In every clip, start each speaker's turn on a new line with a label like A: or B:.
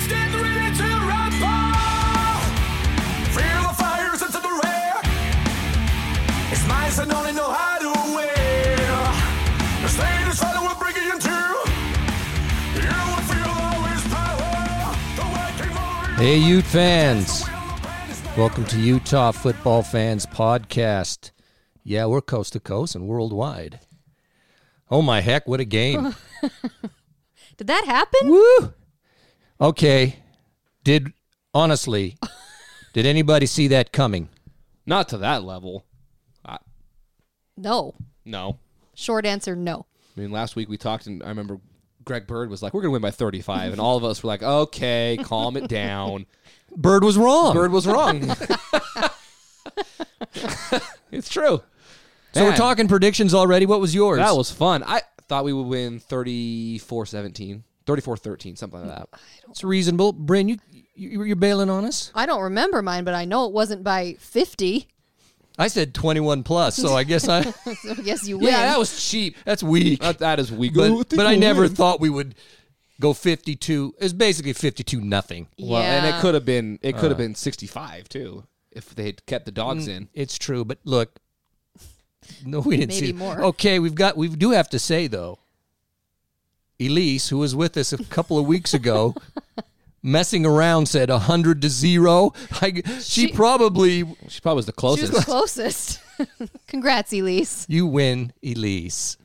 A: stand ready to rumble. Fear the fires into the rear. It's nice and only know how to wear. The state is trying to bring it into. You will feel always power. The waking warrior.
B: Hey, Ute fans. Welcome to Utah Football Fans Podcast. Yeah, we're coast to coast and worldwide. Oh, my heck, what a game.
C: Did that happen?
B: Woo! Okay. Did, honestly, did anybody see that coming?
D: Not to that level. I,
C: No.
D: no.
C: Short answer, no.
D: I mean, last week we talked, and I remember Greg Bird was like, "We're going to win by 35," and all of us were like, "Okay, calm it down."
B: Bird was wrong.
D: Bird was wrong. it's true.
B: so we're
D: Man,
B: talking predictions already. What was yours?
D: That was fun. I thought we would win 34-17, 34-13, something like that.
B: it's reasonable. Bryn, you, you, you're bailing on us?
C: I don't remember mine, but I know it wasn't by 50.
B: I said 21 plus, so I guess I,
C: So I guess you win.
D: Yeah, that was cheap.
B: that's weak.
D: That, that is weak.
B: but, but I never thought we would go 52. It was basically 52 nothing.
D: Well, and
C: Yeah.
D: it could have been it could have been 65 too if they had kept the dogs in.
B: It's true, but look, no, we didn't see it.
C: Maybe more.
B: Okay, we've got we do have to say though, Elise, who was with us a couple of weeks ago, messing around said hundred to zero. I, she,
C: She-
B: probably
D: She probably was the
C: She was
D: closest.
C: the closest. Congrats, Elise.
B: you win, Elise.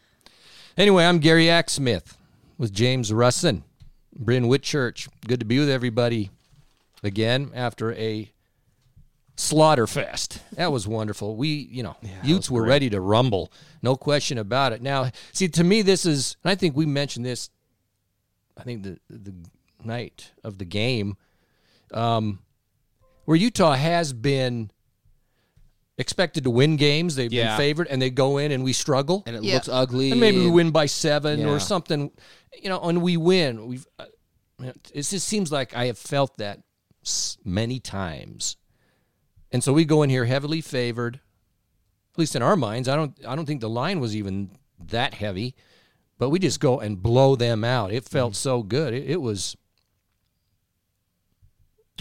B: Anyway, I'm Gary Acksmith with James Russin, Bryn Whitchurch. Good to be with everybody again after a slaughter fest. That was wonderful. We, you know, Utes were ready to rumble. No question about it. Now, see, to me, this is, and I think we mentioned this, I think the, the night of the game, um, where Utah has been expected to win games. They've
D: Yeah.
B: been favored, and they go in and we struggle.
D: and it
C: Yeah.
D: looks ugly.
B: And maybe we win by seven
D: Yeah.
B: or something, you know, and we win. We've uh, it just seems like I have felt that s- many times, and so we go in here heavily favored, at least in our minds. I don't I don't think the line was even that heavy, but we just go and blow them out. It
D: Mm.
B: felt so good. It, it was.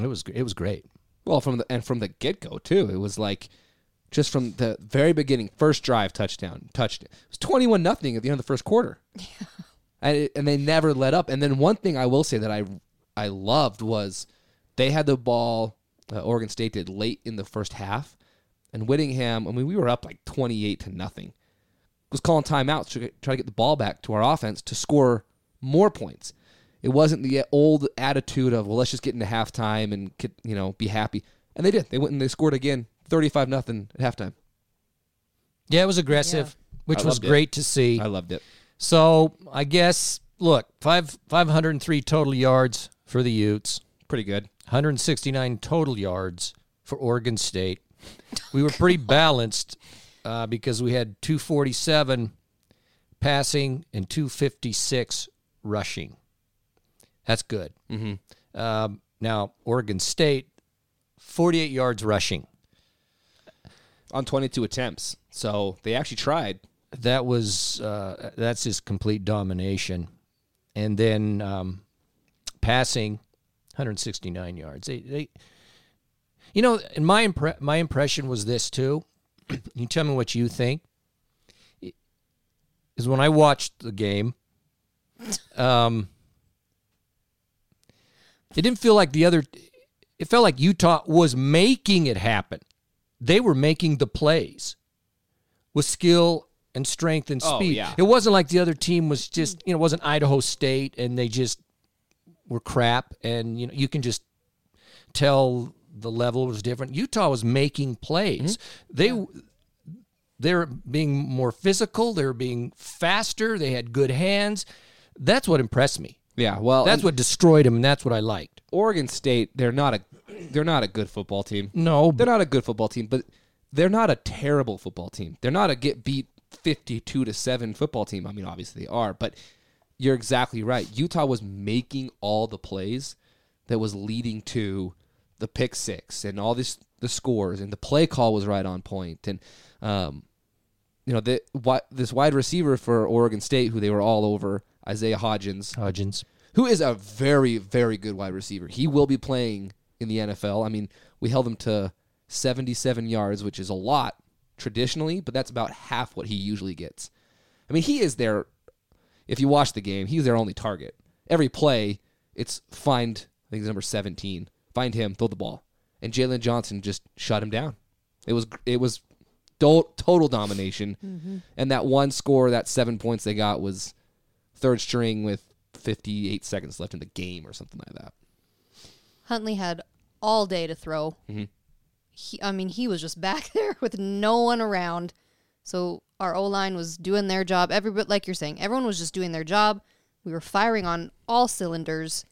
B: It was it was great.
D: Well, from the and from the get go too, it was like just from the very beginning, first drive touchdown, touched it. was twenty one nothing at the end of the first quarter, and it, and they never let up. And then one thing I will say that I I loved was they had the ball. Uh, Oregon State did late in the first half, and Whittingham. I mean, we were up like twenty eight to nothing. Was calling timeouts to get- try to get the ball back to our offense to score more points. It wasn't the old attitude of well, let's just get into halftime and get, you know be happy. And they did. They went and they scored again, thirty-five nothing at halftime.
B: Yeah, it was aggressive, which
D: I
B: was
D: loved it.
B: great to see.
D: I loved it.
B: So I guess look five five hundred and three total yards for the Utes,
D: Pretty good.
B: 169 total yards for Oregon State. We were pretty balanced uh, because we had 247 passing and 256 rushing. That's good. Mm-hmm. Um, now Oregon State, 48 yards rushing.
D: On twenty-two attempts, so they actually tried.
B: that was uh, that's his complete domination, and then um, passing, 169 yards. They, they you know, and my impre- my impression was this too. you tell me what you think. Is when I watched the game, um, it didn't feel like the other. It felt like Utah was making it happen. They were making the plays with skill and strength and
D: Oh,
B: speed.
D: yeah.
B: It wasn't like the other team was just you know it wasn't Idaho State and they just were crap and you know you can just tell the level was different. Utah was making plays.
D: Mm-hmm.
B: They they're being more physical, they're being faster, they had good hands. That's what impressed me.
D: Yeah. Well,
B: That's what destroyed him and that's what I liked.
D: Oregon State. They're not a. They're not a good football team.
B: No,
D: They're not a good football team, but they're not a terrible football team. They're not a get beat 52 to 7 football team. I mean, obviously they are, but you're exactly right. Utah was making all the plays that was leading to the pick six and all this the scores and the play call was right on point and um you know the, wi- this wide receiver for Oregon State who they were all over Isaiah Hodgins
B: Hodgins.
D: who is a very, very good wide receiver. He will be playing in the NFL. I mean, we held him to 77 yards, which is a lot traditionally, but that's about half what he usually gets. I mean, he is their, if you watch the game, he's their only target. Every play, it's find, I think it's number 17, find him, throw the ball. And Jalen Johnson just shut him down. It was, it was do- total domination. And that one score, that seven points they got was third string with 58 seconds left in the game or something like that.
C: Huntley had all day to throw.
D: Mm-hmm.
C: He, I mean, he was just back there with no one around. So our O line was doing their job. Everybody, like you're saying, everyone was just doing their job. We were firing on all cylinders.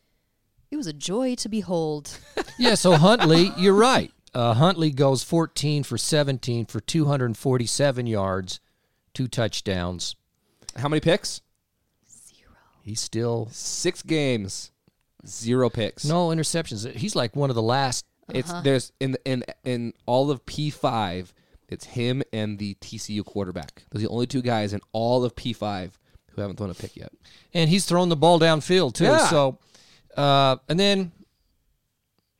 C: It was a joy to behold.
B: Yeah, so Huntley, you're right. Uh, Huntley goes 14 for 17 for 247 yards, two touchdowns.
D: How many picks?
B: He's still
D: Six games, zero picks.
B: no interceptions. He's like one of the last.
D: It's there's in the, in in all of P5, it's him and the TCU quarterback. Those are the only two guys in all of P5 who haven't thrown a pick yet.
B: And he's thrown the ball downfield, too.
D: Yeah.
B: So, uh, and then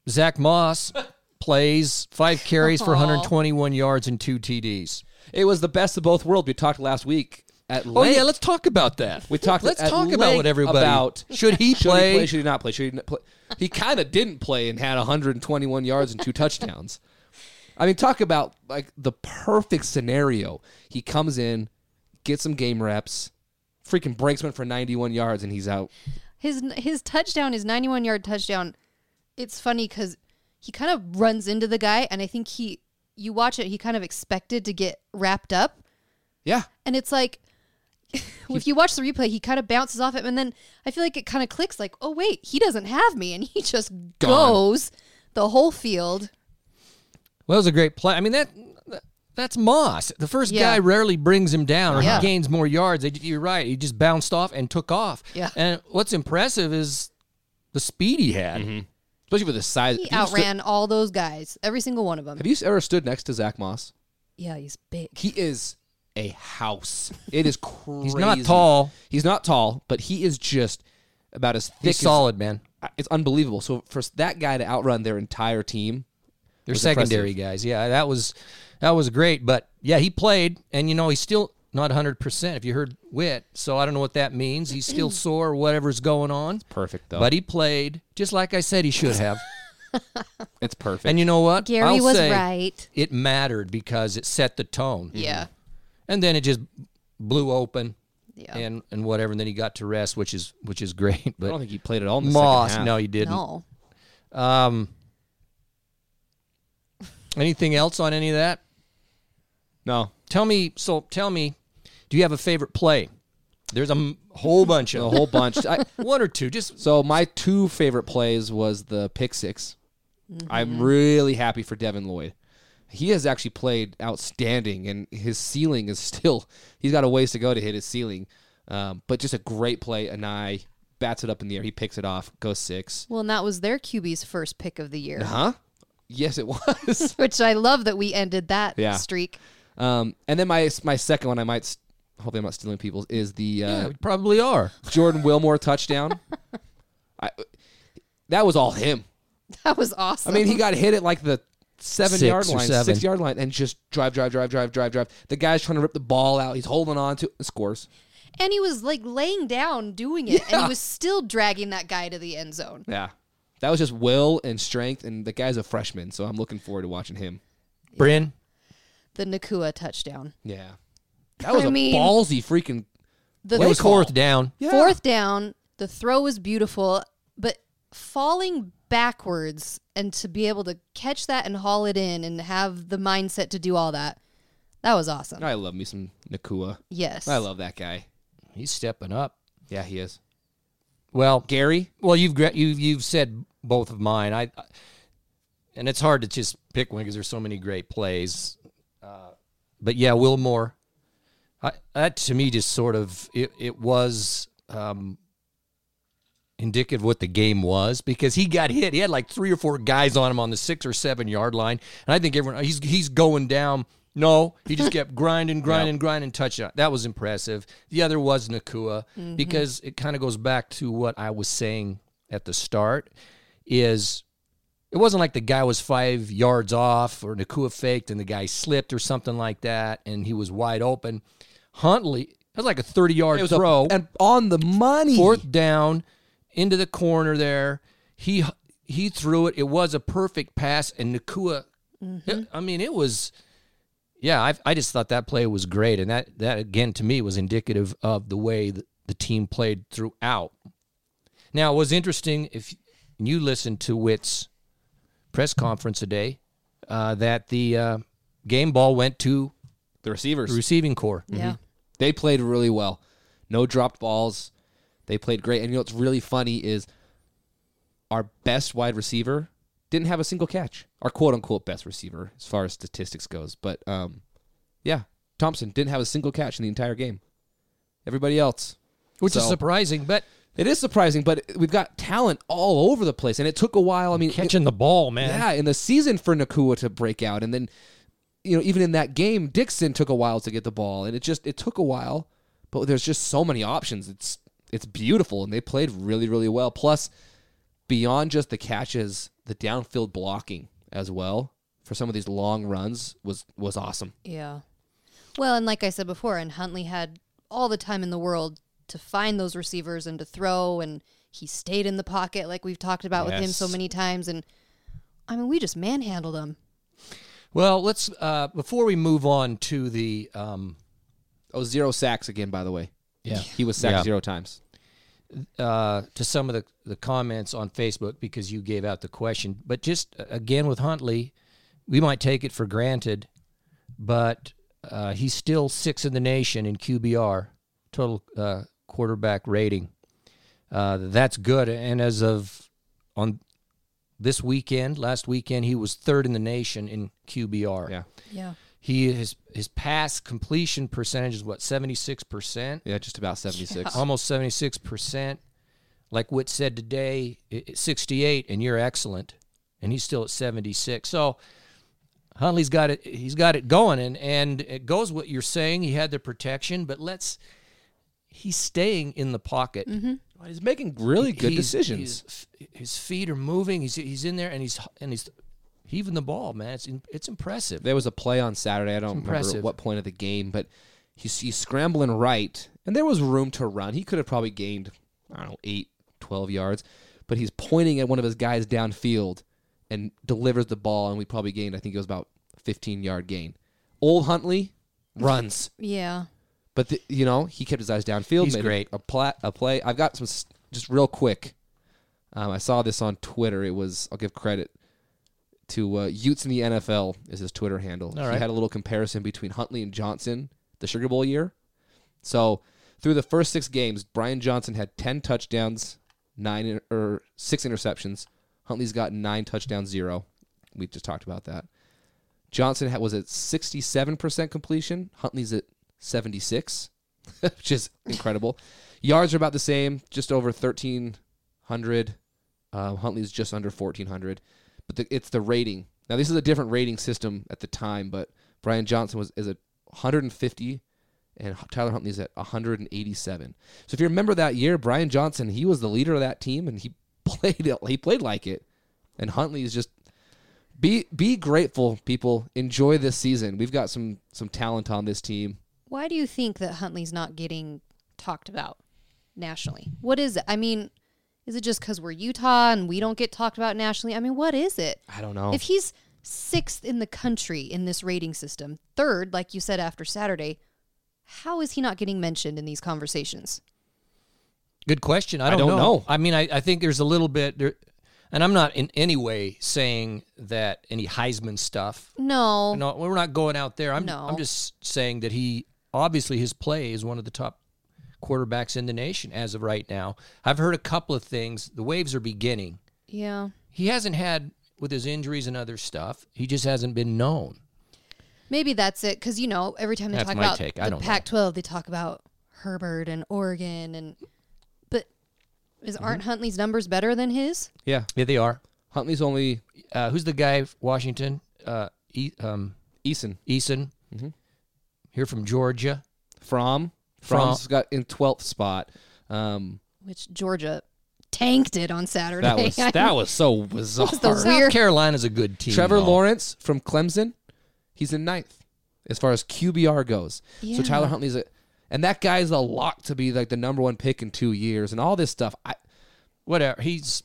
B: Zach Moss plays five carries for 121 yards and two TDs.
D: It was the best of both worlds. We talked last week at
B: Oh,
D: length.
B: yeah, let's talk about that.
D: we talked
B: Let's
D: at
B: talk about what
D: length
B: everybody.
D: about
B: should he
D: Should
B: play?
D: he play? Should he not play? Should he not play? He kind of didn't play and had 121 yards and two touchdowns. I mean, talk about like the perfect scenario. He comes in, gets some game reps, freaking breaks one for 91 yards, and he's out.
C: His his touchdown, his 91 yard touchdown. It's funny because he kind of runs into the guy, and I think he, you watch it, he kind of expected to get wrapped up,
D: Yeah,
C: and it's like if you watch the replay he kind of bounces off him and then i feel like it kind of clicks like oh wait he doesn't have me and he just goes the whole field
B: Well, that was a great play. I mean that that's Moss. The first
C: Yeah.
B: guy rarely brings him down or
C: Yeah.
B: he gains more yards. They- You're right. He just bounced off and took off.
C: Yeah.
B: And what's impressive is the speed he had.
D: Mm-hmm. especially with the size.
C: he
D: Have you stu-
C: outran all those guys every single one of them
D: have you ever stood next to Zach Moss?
C: yeah he's big
D: He is a house. It is crazy.
B: He's not tall.
D: He's not tall, but he is just about as thick.
B: He's
D: as,
B: solid, man.
D: It's unbelievable. So for that guy to outrun their entire team,
B: They're
D: was
B: secondary guys. Yeah, that was that was great. But yeah, he played, and you know he's still not 100. percent If you heard Wit, so I don't know what that means. He's still sore, or whatever's going on.
D: perfect though.
B: But he played just like I said he should have.
D: It's perfect.
B: and you know what?
C: gary
B: I'll
C: was
B: say Mm-hmm.
C: right
B: It mattered because it set the tone.
C: yeah
B: and then it just blew open
C: yeah
B: and and whatever and then he got to rest which is which is great
D: I don't
B: but
D: think he played at all in the
B: moss
D: second half.
B: no he didn't
C: no
B: anything else on any of that
D: No.
B: tell me so tell me do you have a favorite play there's a m- whole bunch
D: A
B: of
D: whole bunch. I,
B: one or two just
D: so my two favorite plays was the pick 6 i I'm really happy for Devin Lloyd. He has actually played outstanding, and his ceiling is still. He's got a ways to go to hit his ceiling, um, but just a great play. Anai bats it up in the air. He picks it off. Goes six.
C: well and that was their qb's first pick of the year
D: Huh? Yes, it was.
C: which i love that we ended that
D: Yeah.
C: streak
D: um, and then my my second one, I might. s- Hopefully, I'm not stealing people's. Is the uh,
B: yeah, we probably are
D: Jordan Wilmore touchdown. I, that was all him.
C: that was
D: I
C: awesome
D: mean, he got hit at like the seven
B: Six
D: yard
B: or
D: line,
B: seven.
D: six yard line, and just drive, drive, drive, drive, drive, drive. The guy's trying to rip the ball out. He's holding on to scores.
C: and he was like laying down doing it and he was still dragging that guy to the end zone
D: Yeah, that was just will and strength. And the guy's a freshman, so I'm looking forward to watching him.
B: bryn
C: the nakua touchdown
D: Yeah, that was
C: I
D: a
C: mean-
D: ballsy freaking.
C: the
B: it was
C: call.
B: fourth down
C: Fourth down, the throw was beautiful, but falling backwards and to be able to catch that and haul it in and have the mindset to do all that, that was awesome.
D: I love me some Nakua.
C: Yes.
D: I love that guy.
B: he's stepping up
D: Yeah, he is.
B: well
D: Gary,
B: Well, you've gra- you've you've said both of mine. I, I- and it's hard to just pick one because there's so many great plays. Uh, but yeah, Wilmore, I, that to me just sort of it it was um, indicative of what the game was because he got hit. He had like three or four guys on him on the six or seven yard line, and I think everyone he's he's going down. No, he just kept grinding, grinding, grinding, touchdown. That was impressive. The other was Nakua because it kind of goes back to what I was saying at the start is it wasn't like the guy was five yards off or Nakua faked and the guy slipped or something like that and he was wide open. Huntley, that was like a 30 yard
D: was a-
B: throw
D: and on the money.
B: fourth down into the corner there. He he threw it. It was a perfect pass, and Nakua. it- I mean, it was. Yeah, I I just thought that play was great, and that that again to me was indicative of the way the, the team played throughout. Now it was interesting if you listened to Witt's press conference today uh, that the uh, game ball went to
D: the receivers.
B: the receiving core.
C: Yeah.
D: They played really well. No dropped balls. They played great. And you know what's really funny is our best wide receiver didn't have a single catch. Our quote unquote best receiver as far as statistics goes. But um yeah, Thompson didn't have a single catch in the entire game. Everybody else.
B: Which is
D: So-
B: surprising, but
D: It is surprising, but we've got talent all over the place and it took a while. I mean, it-
B: catching the ball, man.
D: yeah, in the season for Nakua to break out, and then you know even in that game, Dixon took a while to get the ball, and it just it took a while, but there's just so many options. It's it's beautiful, and they played really really well. Plus, beyond just the catches, the downfield blocking as well for some of these long runs was was awesome.
C: Yeah. Well, and like I said before, and Huntley had all the time in the world to find those receivers and to throw, and he stayed in the pocket like we've talked about with him so
D: Yes.
C: many times. And I mean, we just manhandled him.
B: Well, let's uh, before we move on to the um,
D: Oh, zero sacks again, by the way.
B: Yeah.
D: he was sacked
B: Yeah.
D: zero times.
B: uh, to some of the, the comments on Facebook because you gave out the question, but just uh, again with Huntley, we might take it for granted, but uh, he's still sixth in the nation in QBR total uh, quarterback rating. Uh, that's good, and as of on this weekend, last weekend, he was third in the nation in QBR.
D: Yeah,
C: Yeah.
B: He his his pass completion percentage is what seventy six percent,
D: yeah, just about seventy six.
B: almost seventy six percent. Like Witt said today, i- i- sixty eight, and you're excellent, and he's still at seventy six. So Huntley's got it. He's got it going, and and it goes what you're saying. He had the protection, but let's. He's staying in the pocket.
D: He's making really good
B: He's-
D: decisions.
B: he's- his feet are moving. He's he's in there, and he's and he's heaving the ball, man. It's it's impressive.
D: There was a play on Saturday. I don't remember
B: impressive.
D: at what point of the game, but he's, he's scrambling right, and there was room to run. He could have probably gained, I don't know, 8, 12 yards, but he's pointing at one of his guys downfield and delivers the ball, and we probably gained, I think it was about 15 yard gain. Old Huntley runs,
C: Yeah.
D: but, the, you know, he kept his eyes downfield.
B: He's
D: made
B: great.
D: A, pla- a play. I've got some, s- just real quick. Um, I saw this on Twitter. It was, I'll give credit to uh, Utes in the NFL is his Twitter handle.
B: All
D: He
B: right.
D: had a little comparison between Huntley and Johnson the Sugar Bowl year. So through the first six games, Brian Johnson had ten touchdowns, nine in- or six interceptions. Huntley's got nine touchdowns, zero. We just talked about that. Johnson had, was at sixty-seven percent completion. Huntley's at seventy-six, which is incredible. Yards are about the same, just over thirteen hundred. Um, Huntley's just under 1,400, but the, it's the rating. Now, this is a different rating system at the time, but Brian Johnson was is at 150, and H- Tyler Huntley's at 187. So if you remember that year, Brian Johnson he was the leader of that team, and he played it. He played like it, and Huntley is just be be grateful, people. Enjoy this season. We've got some some talent on this team.
C: Why do you think that Huntley's not getting talked about nationally? What is it? I mean, is it just because we're Utah and we don't get talked about nationally? I mean, what is it?
D: I don't
B: Oh.
D: know.
C: If he's sixth in the country in this rating system, third, like you said after Saturday, how is he not getting mentioned in these conversations?
B: Good question. I don't,
D: don't
B: know.
D: know.
B: I mean, I, I think there's a little bit there, and I'm not in any way saying that any Heisman stuff.
C: No.
B: No, we're not going out there. I'm
C: No.
B: I'm just saying that he obviously his play is one of the top quarterbacks in the nation as of right now. I've heard a couple of things. The waves are beginning.
C: Yeah.
B: He hasn't had with his injuries and other stuff. He just hasn't been known.
C: Maybe that's it because you know every time they
B: That's
C: talk
B: my
C: about
B: take.
C: the
B: I don't know.
C: Pac-12, they talk about Herbert and Oregon and but is
B: Mm-hmm.
C: aren't Huntley's numbers better than his?
D: yeah,
B: Yeah, they are.
D: Huntley's only
B: Uh, who's the guy? Washington, uh, e- um,
D: Eason.
B: Eason. Here from Georgia.
D: From
B: From-
D: From's got in twelfth spot. Um,
C: which Georgia tanked it on Saturday.
D: that was that was so bizarre.
C: the
B: South
C: weird.
B: Carolina's a good team.
D: Trevor
B: though.
D: Lawrence from Clemson, he's in ninth as far as QBR goes. So
C: Yeah.
D: Tyler Huntley's a, and that guy's a lock to be like the number one pick in two years and all this stuff. I,
B: Whatever. He's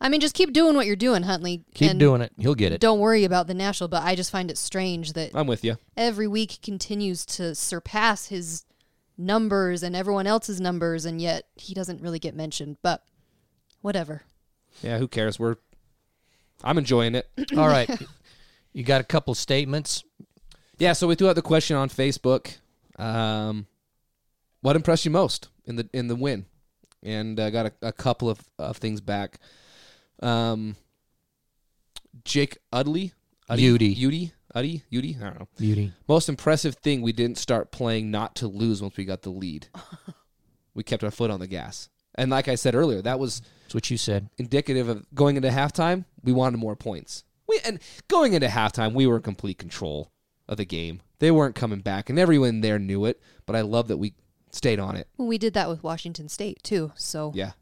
C: I mean, just keep doing what you're doing, Huntley.
B: keep
C: and
B: doing it. He'll get it.
C: Don't worry about the national, but I just find it strange that
D: I'm with you.
C: every week continues to surpass his numbers and everyone else's numbers, and yet he doesn't really get mentioned. But whatever.
D: Yeah, who cares? We're, I'm enjoying it.
B: All right. You got a couple statements.
D: yeah. So we threw out the question on Facebook. Um, what impressed you most in the in the win? And uh, got a, a couple of, of things back. Um, Jake Udley,
B: Udy.
D: Udy, Uddy, Udy. I don't know.
B: Beauty.
D: Most impressive thing, we didn't start playing not to lose once we got the lead. we kept our foot on the gas. And like I said earlier, that was
B: That's what you said.
D: indicative of going into halftime, we wanted more points. We and going into halftime, we were in complete control of the game. They weren't coming back and everyone there knew it, but I love that we stayed on it.
C: Well, we did that with Washington State too, so
D: Yeah.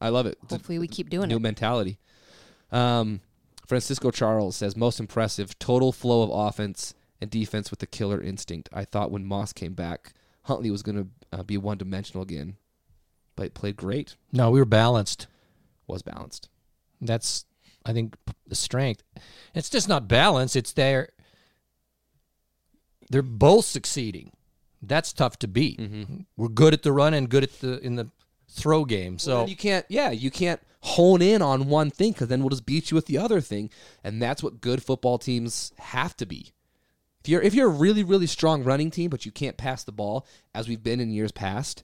D: I love it. It's a
C: hopefully we keep doing
D: new
C: it.
D: mentality. Um, Francisco Charles says most impressive total flow of offense and defense with the killer instinct. I thought when Moss came back, Huntley was going to uh, be one dimensional again, but played great.
B: No, we were balanced.
D: Was balanced.
B: That's, I think, p- the strength. It's just not balance. It's their. They're both succeeding. That's tough to beat. We're good at the run and good at the in the throw game. So
D: And you can't, yeah, you can't hone in on one thing because then we'll just beat you with the other thing, and that's what good football teams have to be. If you're if you're a really really strong running team, but you can't pass the ball as we've been in years past,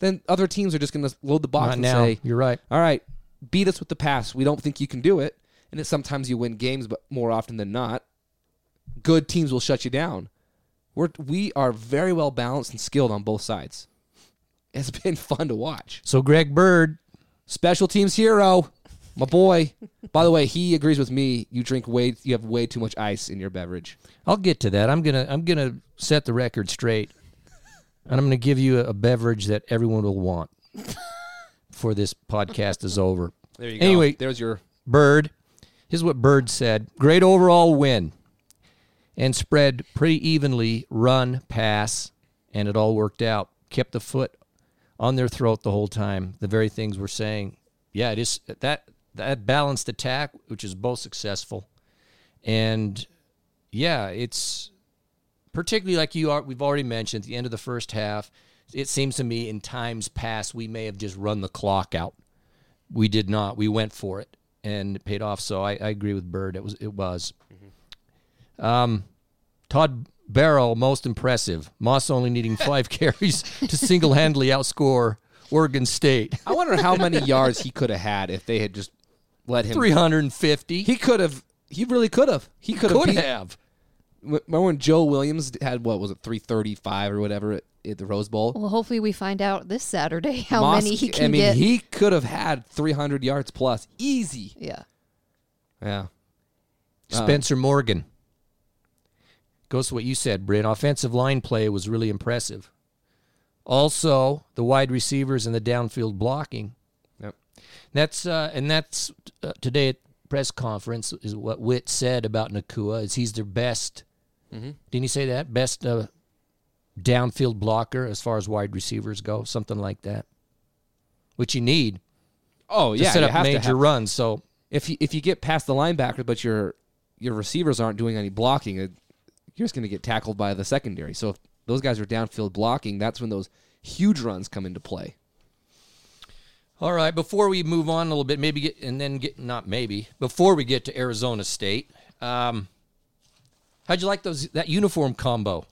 D: then other teams are just going to load the box
B: not
D: and
B: now.
D: say,
B: You're right.
D: all right, beat us with the pass. We don't think you can do it. And it, sometimes you win games, but more often than not, good teams will shut you down. We're, we are very well balanced and skilled on both sides. It's been fun to watch.
B: So Greg Bird,
D: Special teams hero, my boy. By the way, he agrees with me. You drink way, you have way too much ice in your beverage.
B: I'll get to that. I'm gonna I'm gonna set the record straight, and I'm gonna give you a, a beverage that everyone will want before this podcast is over.
D: There you
B: go. Anyway-
D: there's your
B: Bird, here's what Bird said: Great overall win, and spread pretty evenly, run, pass, and it all worked out. Kept the foot on their throat the whole time. The very things we're saying. Yeah, it is that that balanced attack, which is both successful, and yeah, it's particularly like you are we've already mentioned at the end of the first half it seems to me in times past we may have just run the clock out we did not we went for it and it paid off so i, I agree with bird it was it was um, todd barrow most impressive moss only needing five carries to single-handedly outscore oregon state
D: I wonder how many yards he could have had if they had just let him.
B: 350
D: He could have. He really could have. He could have.
B: could
D: beat-
B: have
D: Remember when Joe Williams had what was it three thirty five or whatever at, at the Rose Bowl?
C: Well, hopefully we find out this Saturday how
D: Moss-
C: many he can
D: I mean,
C: get.
D: he could have had three hundred yards plus, easy.
C: yeah.
D: Yeah, Uh,
B: Spencer Morgan. Goes to what you said, Bryn. Offensive line play was really impressive. Also, the wide receivers and the downfield blocking.
D: yep.
B: That's uh, and that's uh, today at press conference is what Witt said about Nakua is he's their best.
D: Mm-hmm.
B: Didn't he say that best uh, downfield blocker as far as wide receivers go, something like that, which you need
D: Oh
B: to
D: yeah,
B: set
D: you
B: up
D: have to
B: major
D: have-
B: runs. So
D: if you, if you get past the linebacker, but your your receivers aren't doing any blocking, it- you're just going to get tackled by the secondary. So if those guys are downfield blocking, that's when those huge runs come into play.
B: All right, before we move on a little bit, maybe get and then get not maybe before we get to Arizona State. Um, how'd you like those that uniform combo?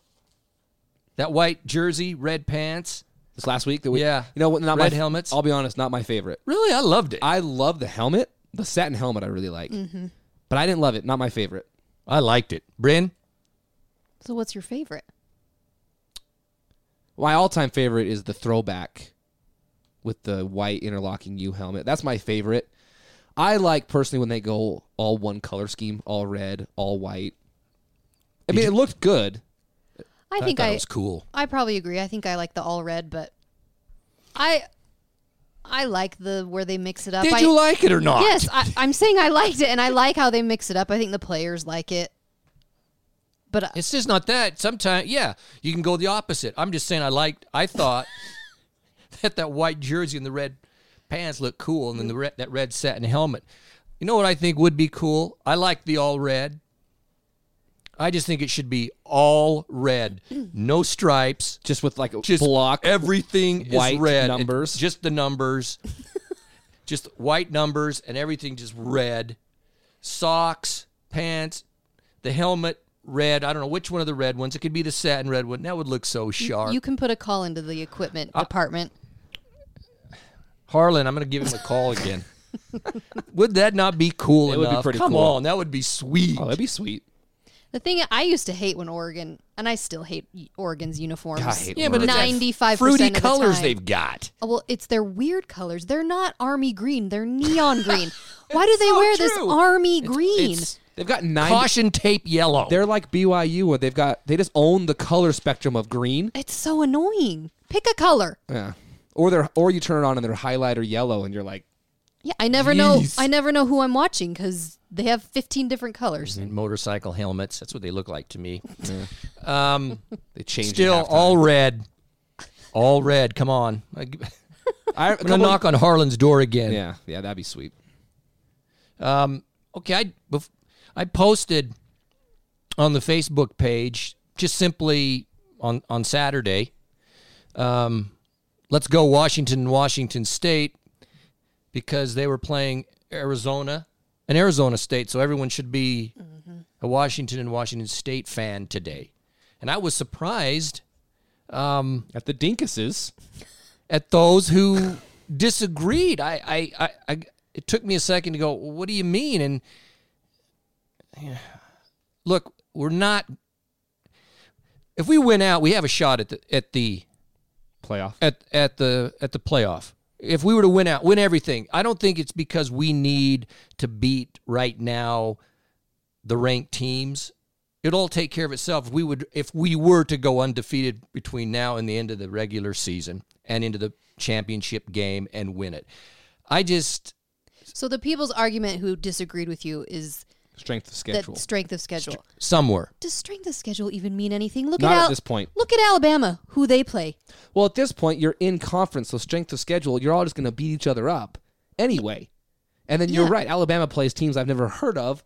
B: That white jersey, red pants.
D: This last week, that we
B: Yeah.
D: you know what, not
B: Red
D: my,
B: helmets.
D: I'll be honest, not my favorite.
B: Really, I loved it. I,
D: I love the helmet, the satin helmet. I really like, but I didn't love it. Not my favorite.
B: I liked it. Bryn,
C: So what's your favorite?
D: My all-time favorite is the throwback with the white interlocking U helmet. That's my favorite. I like personally when they go all one color scheme, all red, all white. I mean, it looked good.
C: I think
B: thought
C: I
B: it was cool.
C: I probably agree. I think I like the all red, but I I like the where they mix it up.
B: Did
C: I,
B: you like it or not?
C: Yes, I, I'm saying I liked it, and I like how they mix it up. I think the players like it, but uh,
B: It's just not that. Sometimes, yeah, you can go the opposite. I'm just saying, I liked. I thought that that white jersey and the red pants looked cool, and then the red, that red satin helmet. You know what I think would be cool? I like the all red. I just think it should be all red, no stripes.
D: Just with like a
B: Just
D: block.
B: everything
D: white
B: is red. and
D: numbers.
B: just the numbers. just white numbers and everything just red. Socks, pants, the helmet red. I don't know which one of the red ones. It could be the satin red one. That would look so sharp.
C: you can put a call into the equipment
B: Uh,
C: department.
B: Harlan, I'm going to give him a call again. would that not be cool
D: It would be
B: enough?
D: pretty
B: Come
D: cool.
B: on, that would be sweet.
D: oh, that'd be sweet.
C: The thing I used to hate when Oregon, and I still hate y- Oregon's uniforms.
D: I hate
B: yeah, but it's that
C: 95%
B: fruity
C: of the
B: colors
C: time.
B: they've got.
C: Oh, Well, it's their weird colors. They're not army green. They're neon green. Why do they
B: so
C: wear this
B: true.
C: army green?
B: It's
D: They've got nine.
B: caution tape yellow.
D: They're like BYU, where they've got they just own the color spectrum of green.
C: It's so annoying. Pick a color.
D: Yeah. Or they're or you turn it on and they're highlighter yellow, and you're like,
C: Yeah, I never know.
D: Jeez.
C: I never know who I'm watching because they have 15 different colors.
B: And motorcycle helmets. That's what they look like to me. Um,
D: they changed. it
B: Still
D: halftime.
B: all red. All red. Come on. I- I'm
D: I, a
B: going
D: couple-
B: to knock on Harlan's door again.
D: Yeah, yeah, that'd be sweet.
B: Okay. I, bef- I posted on the Facebook page just simply on, on Saturday. Um, let's go Washington, Washington State, because they were playing Arizona and Arizona State. So everyone should be a Washington and Washington State fan today. And I was surprised
D: At the Dinkuses,
B: at those who disagreed. I, I, I, I it took me a second to go, "Well, what do you mean? And yeah. look, we're not. If we win out, we have a shot at the at the
D: playoff.
B: at at the at the playoff. If we were to win out, win everything, I don't think it's because we need to beat right now the ranked teams. It'll all take care of itself. If we would if we were to go undefeated between now and the end of the regular season and into the championship game and win it. I just
C: So the people's argument who disagreed with you is
D: Strength of
C: that
D: schedule.
C: strength of schedule.
B: somewhere.
C: Does strength of schedule even mean anything? Look
D: Not
C: at
D: at
C: Al-
D: this point.
C: Look at Alabama, who they play.
D: Well, at this point, you're in conference, so strength of schedule, you're all just going to beat each other up anyway. And then you're
C: Yeah.
D: right. Alabama plays teams I've never heard of.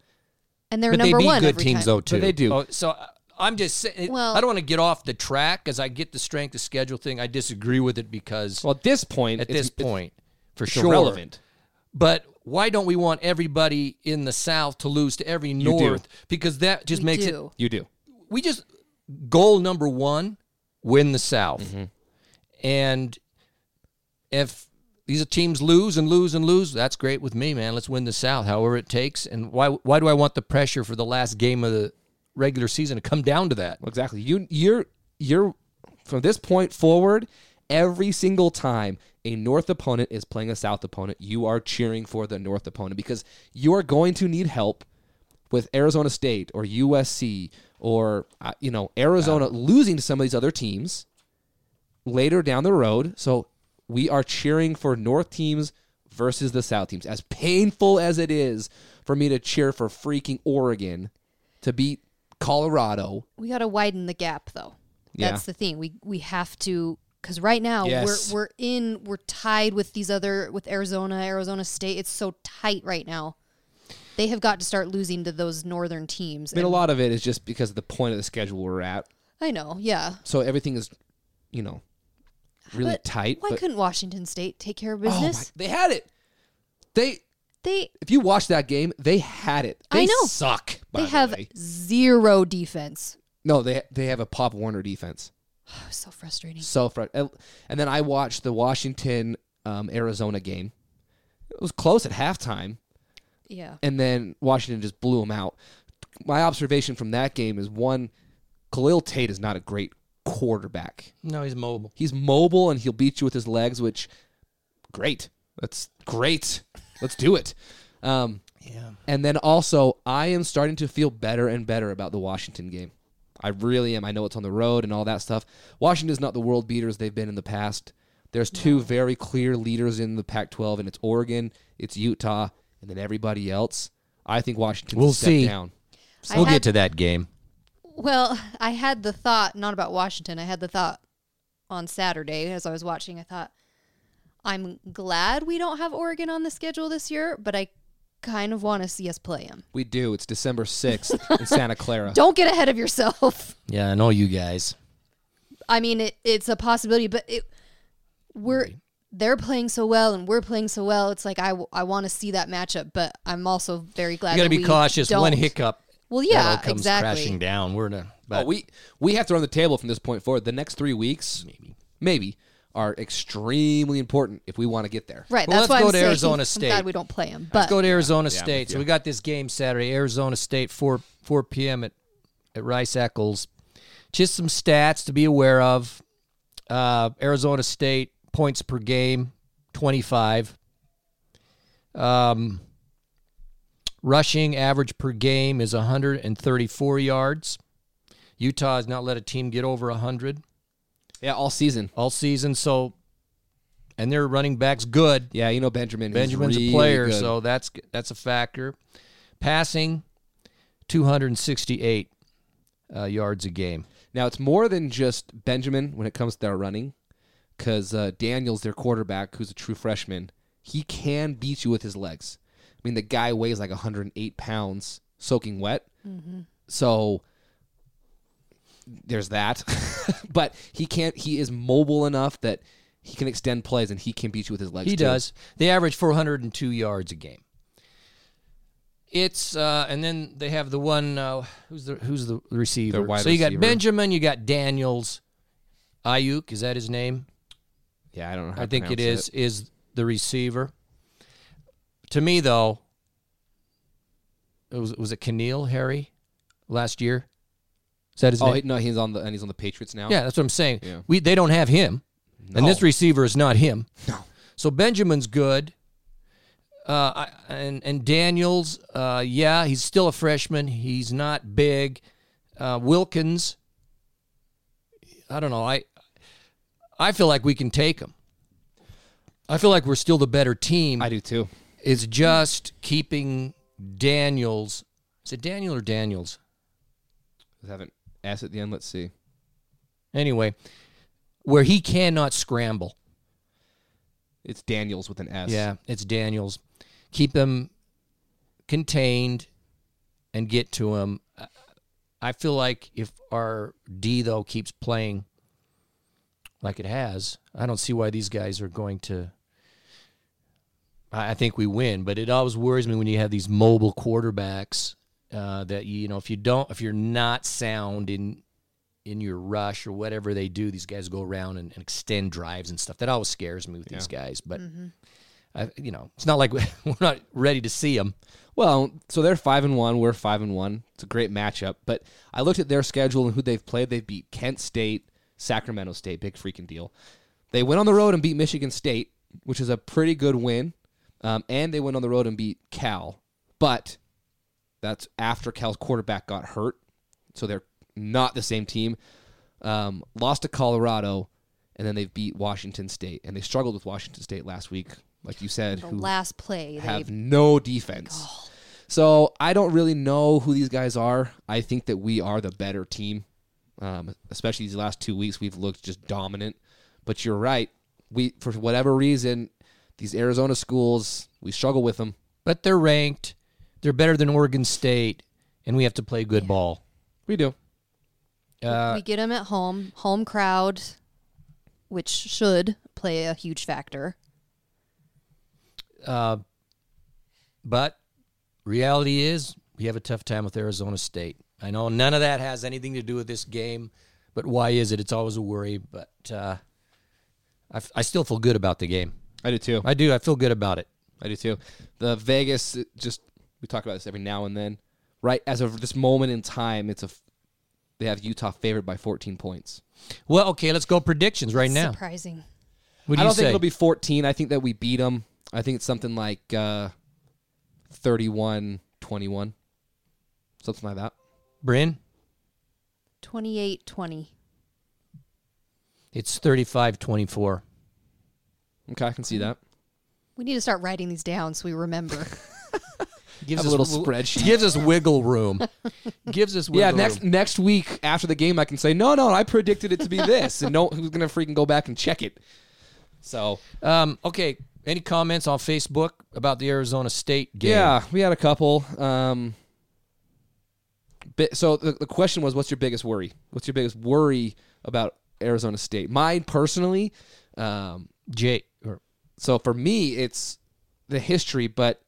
C: and they're
B: But they
C: number
B: beat
C: one
B: good
C: every
B: teams
C: time.
B: though too.
D: they do.
B: Oh, so I- I'm just saying.
C: Well-
B: I don't want to get off the track because I get the strength of schedule thing. I disagree with it because
D: Well, at this point,
B: at
D: it's-
B: this
D: it's
B: point, for sure.
D: irrelevant.
B: But why don't we want everybody in the South to lose to every
D: do.
B: North? Because that just
C: We
B: makes
C: do.
D: You do.
B: it. We just goal number one: win the South. And if these teams lose and lose and lose, that's great with me, man. Let's win the South, however it takes. And why? Why do I want the pressure for the last game of the regular season to come down to that?
D: Well, exactly. You you're you're from this point forward, every single time a North opponent is playing a South opponent, you are cheering for the North opponent because you are going to need help with Arizona State or USC or uh, you know Arizona losing to some of these other teams later down the road. So we are cheering for North teams versus the South teams. As painful as it is for me to cheer for freaking Oregon to beat Colorado
C: We got to widen the gap though.
D: Yeah.
C: That's the thing. We we have to because right now
D: Yes.
C: we're we're in we're tied with these other with Arizona, Arizona State. It's so tight right now. They have got to start losing to those northern teams.
D: I mean, a
C: and-
D: lot of it is just because of the point of the schedule we're at.
C: I know. Yeah.
D: So everything is, you know, really
C: But
D: tight.
C: Why
D: but-
C: couldn't Washington State take care of
D: Oh my-
C: business?
D: they had it. They,
C: they
D: if you watch that game, they had it. They
C: I know.
D: suck. By
C: they
D: the
C: have
D: way.
C: zero defense.
D: no. They they have a Pop Warner defense.
C: Oh, so frustrating.
D: So fr- and and then I watched the Washington um, Arizona game. It was close at halftime,
C: Yeah.
D: and then Washington just blew them out. My observation from that game is one: Khalil Tate is not a great quarterback.
B: No, he's mobile.
D: He's mobile and he'll beat you with his legs, which great. That's great. Let's do it. Um,
B: Yeah.
D: and then also, I am starting to feel better and better about the Washington game. I really am. I know it's on the road and all that stuff. Washington's not the world beaters they've been in the past. There's two very clear leaders in the Pac-12, and it's Oregon, it's Utah, and then everybody else. I think Washington's
B: We'll
D: a step
B: see.
D: down.
C: I
B: we'll
C: had-
B: get to that game.
C: Well, I had the thought, not about Washington, I had the thought on Saturday as I was watching. I thought, I'm glad we don't have Oregon on the schedule this year, but I kind of want to see us play them.
D: We do. It's December 6th in Santa Clara.
C: Don't get ahead of yourself.
B: Yeah, I know you guys.
C: I mean, it, it's a possibility, but it, we're. They're playing so well and we're playing so well. It's like I, w- I want to see that matchup, but I'm also very glad.
B: You got to
C: that
B: be
C: we
B: cautious. One
C: don't.
B: hiccup.
C: Well,
B: that all
C: yeah,
B: comes
C: exactly.
B: crashing down. We're in a.
D: Oh,
B: But
D: we we have to run the table from this point forward. The next three weeks, maybe, maybe, are extremely important if we want to get there.
C: Right.
B: Well,
C: that's
B: let's
C: why
B: go
C: I'm
B: to
C: saying
B: Arizona
C: I'm
B: State.
C: glad we don't play them. But
B: Let's go to Arizona
D: I'm
B: State.
D: with
B: So
D: you.
B: we got this game Saturday. Arizona State, 4, 4 p.m. at, at Rice Eccles. Just some stats to be aware of. Uh, Arizona State, points per game, 25. Um, rushing average per game is 134 yards. Utah has not let a team get over 100
D: Yeah, all season.
B: all season. So, and their running back's good.
D: Yeah, you know Benjamin. he's
B: Benjamin's
D: really
B: a player,
D: good.
B: so that's that's a factor. Passing, 268 uh, yards a game.
D: now it's more than just Benjamin when it comes to their running, because uh, Daniels, their quarterback, who's a true freshman, he can beat you with his legs. I mean, the guy weighs like 108 pounds, soaking wet. So there's that. but he can't. He is mobile enough that he can extend plays and he can beat you with his legs.
B: He
D: too.
B: does. They average 402 yards a game. It's uh, and then they have the one uh, who's the who's the receiver.
D: wide
B: so you got
D: receiver.
B: Benjamin, you got Daniels, Ayuk. Is that his name?
D: Yeah, I don't know. How
B: I
D: to
B: think it
D: pronounce
B: is is the receiver. To me, though, it was was it Keneal Harry last year? Is that his
D: Oh
B: name?
D: he- no, he's on the and he's on the Patriots now.
B: Yeah, that's what I'm saying.
D: Yeah.
B: We they don't have him, and this
D: No.
B: receiver is not him. No. So Benjamin's good. Uh, I- and and Daniels, uh, yeah, he's still a freshman. He's not big. Uh, Wilkins, I don't know. I I feel like we can take him. I feel like we're still the better team.
D: I do too.
B: It's just keeping Daniels. Is it Daniel or Daniels?
D: I haven't asked at the end. Let's see.
B: Anyway, where he cannot scramble.
D: It's Daniels with an S.
B: Yeah, it's Daniels. Keep them contained and get to him. I feel like if our D though keeps playing like it has, I don't see why these guys are going to. I I think we win, but it always worries me when you have these mobile quarterbacks uh, that you know if you don't if you're not sound in in your rush or whatever they do, these guys go around and, and extend drives and stuff. That always scares me with these guys, but. I, you know, it's not like we're not ready to see them.
D: Well, so they're five and one. We're five and one. It's a great matchup. But I looked at their schedule and who they've played. They beat Kent State, Sacramento State. Big freaking deal. They went on the road and beat Michigan State, which is a pretty good win. Um, and they went on the road and beat Cal. But that's after Cal's quarterback got hurt. So they're not the same team. Um, lost to Colorado, and then they beat Washington State. And they struggled with Washington State last week, like you said.
C: the
D: who-
C: last play, they
D: have no defense. So I don't really know who these guys are. I think that we are the better team, um, especially these last two weeks. We've looked just dominant. But you're right. We for whatever reason, these Arizona schools we struggle with them.
B: But they're ranked. They're better than Oregon State, and we have to play good ball.
D: We do.
C: we get them at home, home crowd, which should play a huge factor.
B: But reality is, we have a tough time with Arizona State. I know none of that has anything to do with this game, but why is it? It's always a worry. But uh, I, f- I still feel good about the game.
D: I do too.
B: I do. I feel good about it.
D: I do too. The Vegas it just we talk about this every now and then. Right as of this moment in time, it's a f- they have Utah favored by 14 points.
B: Well, okay, let's go predictions right now.
C: Surprising.
B: What do
D: I
B: you
D: don't
B: say?
D: think it'll be 14. I think that we beat them. I think it's something like uh, 31 21. Something like that.
B: Bryn?
C: 28 20.
B: It's 35 24.
D: Okay, I can see that.
C: We need to start writing these down so we remember.
B: Gives
D: Have a little spreadsheet.
B: Gives us wiggle room. gives us wiggle
D: yeah, next
B: room.
D: next week after the game, I can say no, no, I predicted it to be this, and no, who's gonna freaking go back and check it? So
B: Um, okay. Any comments on Facebook about the Arizona State game?
D: yeah, we had a couple. Um, bi- so the, the question was, what's your biggest worry? What's your biggest worry about Arizona State? Mine personally, um,
B: Jake. Or,
D: So for me, it's the history, but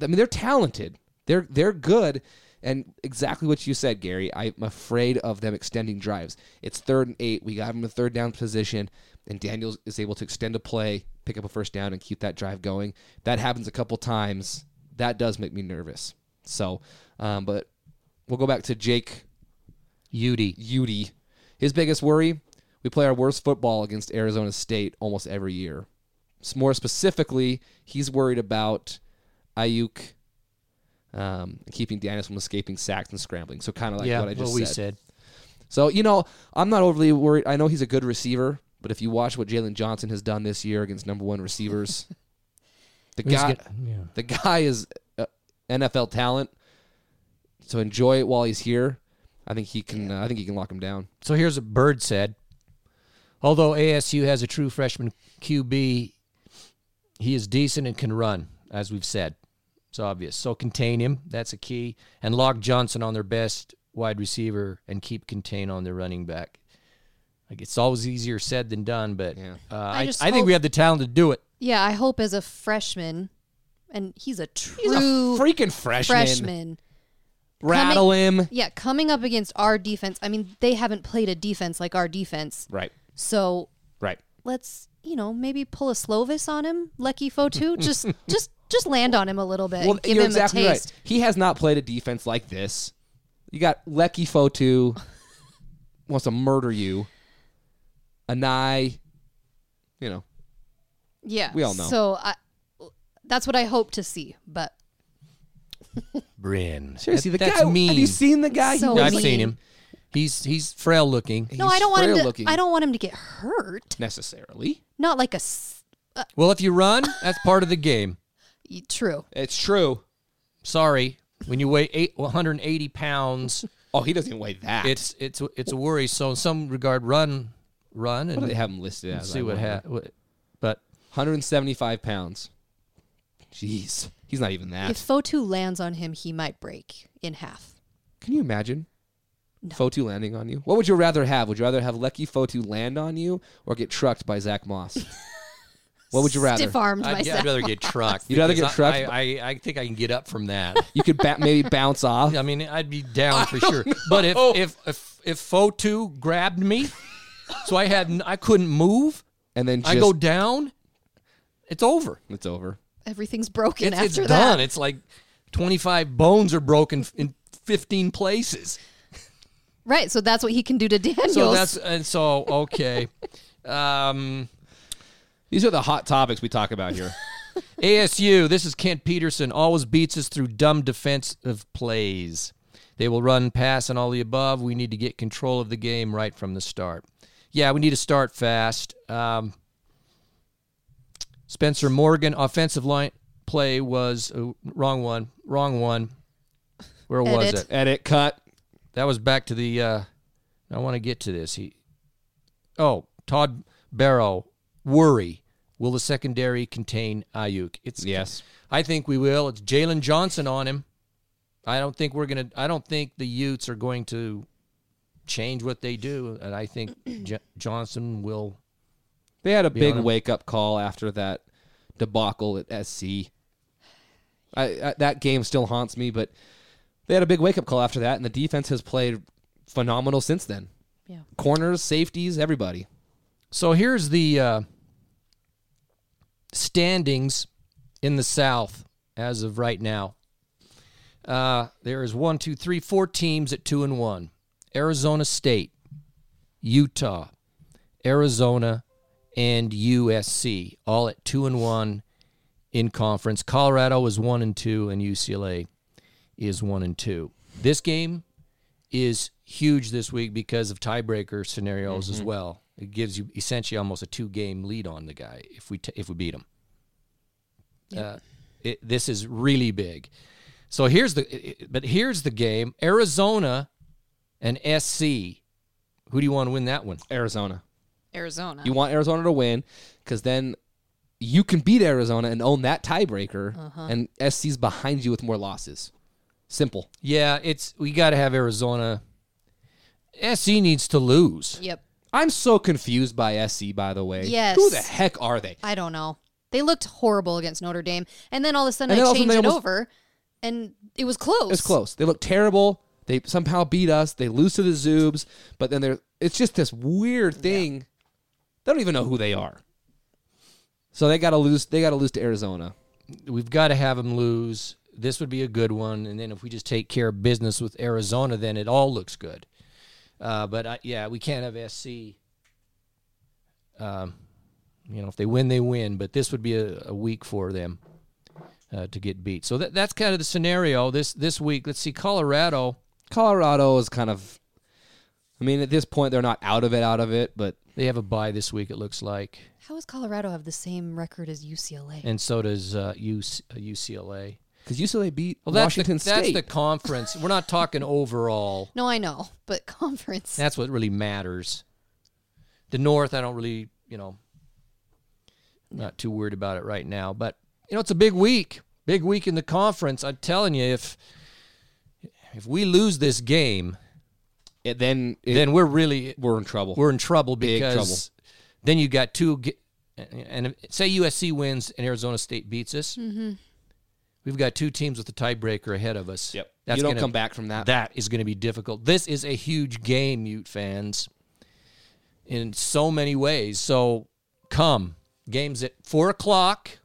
D: I mean they're talented. They're they're good, and exactly what you said, Gary. I'm afraid of them extending drives. It's third and eight. We got them in a third down position, and Daniels is able to extend a play, pick up a first down, and keep that drive going. That happens a couple times. That does make me nervous. So, um, but we'll go back to Jake
B: Udi.
D: Udi. His biggest worry: we play our worst football against Arizona State almost every year. S- More specifically, he's worried about Ayuk um, keeping Daniels from escaping sacks and scrambling. So kind of like
B: yeah,
D: what I just
B: we
D: said.
B: said.
D: So, you know, I'm not overly worried. I know he's a good receiver, but if you watch what Jalen Johnson has done this year against number one receivers, the
B: He's
D: guy,
B: get- yeah.
D: the guy is uh, NFL talent. So enjoy it while he's here. I think he can. Uh, I think he can lock him down.
B: So here's what Bird said. Although ASU has a true freshman QB, he is decent and can run, as we've said. It's obvious. So contain him. That's a key. And lock Johnson on their best wide receiver and keep contain on their running back. Like it's always easier said than done, but
D: Yeah.
B: uh, I,
C: just
B: I, think
C: hope-
B: we have the talent to do it.
C: yeah, I hope as a freshman, and he's a true
D: He's a freaking freshman.
C: freshman.
D: Rattle him.
C: Yeah, coming up against our defense, I mean, they haven't played a defense like our defense.
D: Right.
C: So
D: Right.
C: let's, you know, maybe pull a Slovis on him, Lecky Fotu. Just, just, just land on him a little bit.
D: Well,
C: and give
D: you're
C: him
D: exactly
C: a taste.
D: right. He has not played a defense like this. You got Lecky Fotu wants to murder you. Anai, you know,
C: Yeah.
D: We all know.
C: So I, that's what I hope to see. But
B: Bryn.
D: seriously,
B: That-
D: the
B: that's
D: guy.
B: mean.
D: Have you seen the guy?
C: So
D: he
B: I've
D: was
C: mean.
B: seen him. He's he's frail looking.
C: no,
D: He's
C: I don't want him to.
D: frail-looking.
C: I don't want him to get hurt.
D: necessarily.
C: Not like a. s-
B: Well, if you run, that's part of the game.
C: y- True.
D: It's true.
B: Sorry, when you weigh eight, 180 pounds,
D: Oh, he doesn't even weigh that.
B: it's it's it's a worry. So in some regard, run, run,
D: what do they
B: and
D: have him listed as?
B: see
D: I
B: what
D: wonder?
B: happens. But
D: 175 pounds. Jeez, he's not even that.
C: If Fotu lands on him, he might break in half.
D: Can you imagine? Fotu landing on you. What would you rather have? Would you rather have Lecky Fotu land on you or get trucked by Zach Moss? what would you rather?
C: Stiff armed
B: I'd,
C: myself.
B: I'd rather get trucked.
D: You'd rather
B: because
D: get
B: I-
D: trucked,
B: I, I, I think I can get up from that.
D: You could bat, maybe bounce off.
B: I mean, I'd be down for sure. But if if if if Fotu grabbed me, so I had n- I couldn't move,
D: and then just
B: I go down, it's over.
D: it's over.
C: Everything's broken
B: It's, it's
C: after
B: done.
C: that.
B: It's like 25 bones are broken f- in 15 places.
C: Right. So that's what he can do to Daniels.
B: So that's and so okay. Um,
D: These are the hot topics we talk about here.
B: ASU, this is Kent Peterson, always beats us through dumb defensive plays. They will run, pass, and all the above. We need to get control of the game right from the start. Yeah, we need to start fast. Um, Spencer Morgan, offensive line play was oh, wrong one. Wrong one. Where was
C: Edit.
B: it?
D: Edit, cut.
B: That was back to the. Uh, I want to get to this. He, oh, Todd Barrow, worry. Will the secondary contain Ayuk? It's
D: Yes.
B: I think we will. It's Jalen Johnson on him. I don't think we're gonna. I don't think the Utes are going to change what they do, and I think J- Johnson will.
D: They had a big
B: on 'em.
D: wake up call after that debacle at SC. I, I, that game still haunts me, but they had a big wake up call after that, and the defense has played phenomenal since then.
C: Yeah.
D: Corners, safeties, everybody.
B: So here's the uh, standings in the South as of right now. Uh, there is one, two, three, four teams at two and one: Arizona State, Utah, Arizona, and USC, all at two and one in conference. Colorado is one and two, and UCLA is one and two. This game is huge this week because of tiebreaker scenarios as well. It gives you essentially almost a two game lead on the guy if we t- if we beat him. Uh, it, this is really big. So here's the i- i- but here's the game: Arizona and SC. Who do you want to win that one?
D: Arizona.
C: Arizona.
D: You want Arizona to win because then you can beat Arizona and own that tiebreaker,
C: Uh-huh.
D: and SC's behind you with more losses. Simple.
B: Yeah, it's we got to have Arizona. SC needs to lose.
C: yep.
D: I'm so confused by SC, by the way.
C: Yes.
D: Who the heck are they?
C: I don't know. They looked horrible against Notre Dame, and then all of a sudden
D: And then
C: I
D: all of a sudden
C: changed it
D: they almost-
C: over, and it was close.
D: It's close. They look terrible. They somehow beat us. They lose to the Zoobs, but then they're. It's just this weird thing. They don't even know who they are. So they got to lose. They got to lose to Arizona.
B: We've got to have them lose. This would be a good one, and then if we just take care of business with Arizona, then it all looks good. Uh, but I, yeah, we can't have SC. Um, you know, if they win, they win. But this would be a, a week for them uh, to get beat. So that, that's kind of the scenario this this week. Let's see, Colorado.
D: Colorado is kind of. I mean, at this point, they're not out of it, out of it, but
B: They have a bye this week. It looks like,
C: How does Colorado have the same record as UCLA?
B: and so does uh, UC, uh, UCLA.
D: because UCLA beat
B: Well, that's
D: Washington
B: the,
D: State.
B: That's the conference. We're not talking overall.
C: no, I know, but conference.
B: That's what really matters. The North, I don't really, you know, not too worried about it right now. But you know, it's a big week. Big week in the conference. I'm telling you, if if we lose this game,
D: It- then it-
B: then we're really
D: we're in trouble.
B: we're in trouble
D: Big
B: because
D: trouble.
B: then you got two. ge- And if- say USC wins and Arizona State beats us, we've got two teams with the tiebreaker ahead of us.
D: yep.
B: that's
D: you don't
B: gonna-
D: come back from
C: Uh,
D: that.
B: that is going to be difficult. This is a huge game, Ute fans, in so many ways. So come. Game's at 4 o'clock.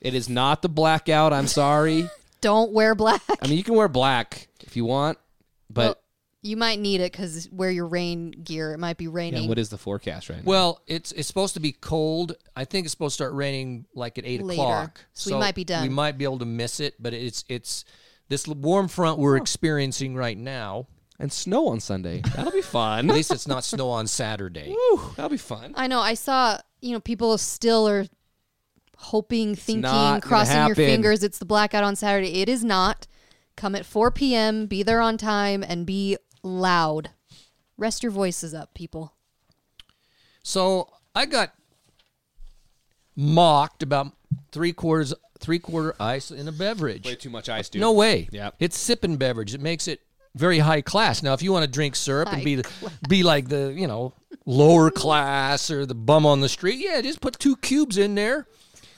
D: It is not the blackout. I'm sorry.
C: Don't wear black.
D: I mean, you can wear black if you want,
C: Well,
D: but
C: you might need it because wear your rain gear. It might be raining.
D: yeah, what is the forecast right now?
B: Well, it's it's supposed to be cold. I think it's supposed to start raining like at 8
C: Later.
B: o'clock.
C: So we might be done.
B: We might be able to miss it, but it's it's this l- warm front we're experiencing right now.
D: and snow on Sunday. That'll be
B: At
D: fun.
B: least it's not snow on Saturday.
D: Whew, that'll be fun.
C: I know. I saw. You know, people still are hoping, thinking,
D: not gonna
C: crossing your
D: happen.
C: fingers. It's the blackout on Saturday. It is not. Come at 4 p.m. Be there on time and be loud. Rest your voices up, people.
B: So I got mocked about three quarters three quarter ice in a beverage.
D: too much ice, dude.
B: No way.
D: Yep.
B: It's sipping beverage. It makes it very high class. Now, if you want to drink syrup and
C: High
B: be the, be like the you know lower class or the bum on the street, yeah, just put two cubes in there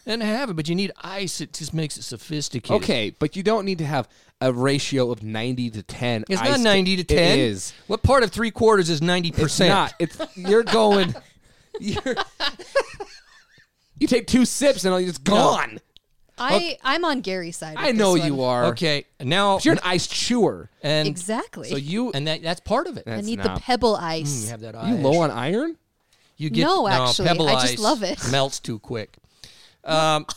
B: and have it. But you need ice. It just makes it sophisticated.
D: Okay, but you don't need to have a ratio of 90 to 10.
B: It's
D: ice
B: not ninety to ten.
D: It is.
B: What part of three quarters is ninety
D: It's
B: percent?
D: not. It's you're going you're You take two sips and it's gone.
C: I I'm on Gary's side. with
D: I know
C: this
D: you
C: one.
D: are.
B: Okay. Now
D: But You're an ice chewer.
B: and
C: Exactly.
D: So you
B: and that that's part of it.
C: I
D: That's
C: need the
D: not-
C: pebble ice.
B: Mm, you have that.
D: you
B: ice.
D: low on iron?
B: You get
C: No, actually,
B: Pebble
C: I just
B: ice
C: love it.
B: Melts too quick.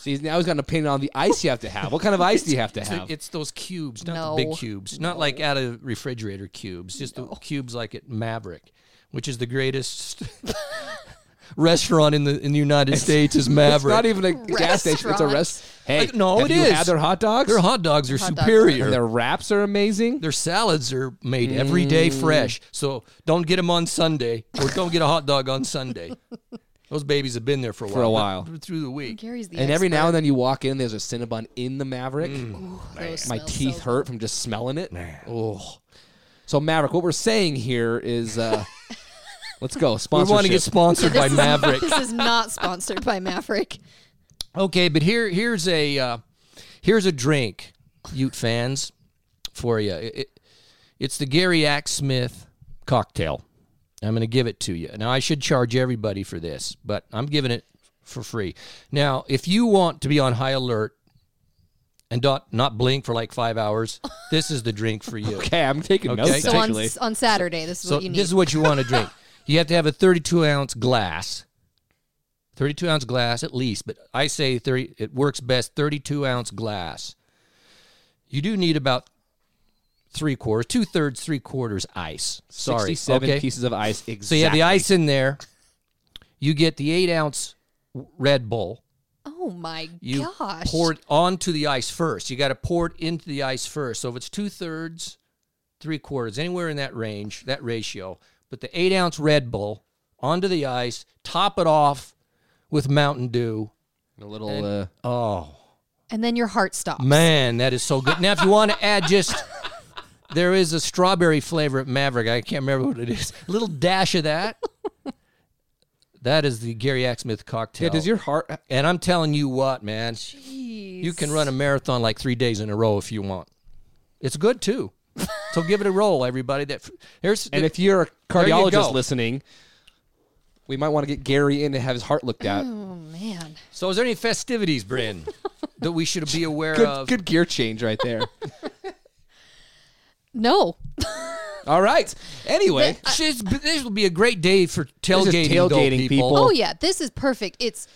D: See, now he's got an opinion on the ice you have to have. What kind of ice do you have to
B: It's the-
D: have?
B: It's those cubes, not the
C: No.
B: big cubes, not like out of refrigerator cubes, just the cubes like at Maverick, which is the greatest restaurant in the in the United States is Maverick.
D: It's not even a gas station. It's a
C: Restaurant.
D: rest. Hey,
B: Like, no,
D: have
B: it
D: you
B: is.
D: Had their hot dogs.
B: their hot dogs are
C: Hot dogs are
B: superior.
D: and their wraps are amazing.
B: their salads are made every day
D: Mm.
B: fresh. So don't get them on Sunday or don't get a hot dog on Sunday. Those babies have been there for a while.
D: a
B: not
D: while.
B: Through the week.
C: Gary's the
D: and every now and then you walk in, there's a Cinnabon in the Maverick. My teeth hurt from just smelling it. Oh. So Maverick, what we're saying here is, uh, let's go
B: We
D: sponsorship.
B: want to get sponsored by Maverick.
C: This is not sponsored by Maverick.
B: Okay, but here here's a uh, here's a drink, Ute fans, for you. It, it- it's the Gary Axe Smith cocktail. I'm going to give it to you. Now I should charge everybody for this, but I'm giving it for free. Now, if you want to be on high alert and not not blink for like five hours, this is the drink for you.
D: okay, I'm taking
B: Okay.
D: notes.
C: So on,
D: actually.
C: on Saturday, this is
B: So
C: what you need.
B: this is what you want to drink. you have to have a 32 ounce glass, 32 ounce glass at least, but I say 30. It works best 32 ounce glass. You do need about three quarters, two thirds, three quarters ice. Sorry,
D: 67
B: okay?
D: pieces of ice. Exactly.
B: So you have the ice in there. You get the eight ounce Red Bull.
C: Oh my
B: You
C: gosh.
B: pour it onto the ice first. You got to pour it into the ice first. So if it's two thirds, three quarters, anywhere in that range, that ratio, put the eight ounce Red Bull onto the ice, top it off with Mountain Dew.
D: A little. Uh,
B: Oh,
C: and then your heart stops.
B: man, that is so good. Now, if you want to add just. There is a strawberry flavor at Maverick. I can't remember what it is. A little dash of that. that is the Gary Axmith cocktail.
D: yeah. Does your heart? uh,
B: and I'm telling you what, man. You can run a marathon like three days in a row if you want. It's good too. so give it a roll, everybody. That here's
D: And if you're a
B: There you
D: cardiologist
B: go.
D: listening, we might want to get Gary in to have his heart looked at.
C: Oh man.
B: so. Is there any festivities, Bryn, that we should be aware
D: Good,
B: of?
D: good gear change right there.
C: No.
D: All right. Anyway,
B: She's, this will be a great day for tailgating, though,
D: tailgating, people.
C: Oh yeah, this is perfect. It's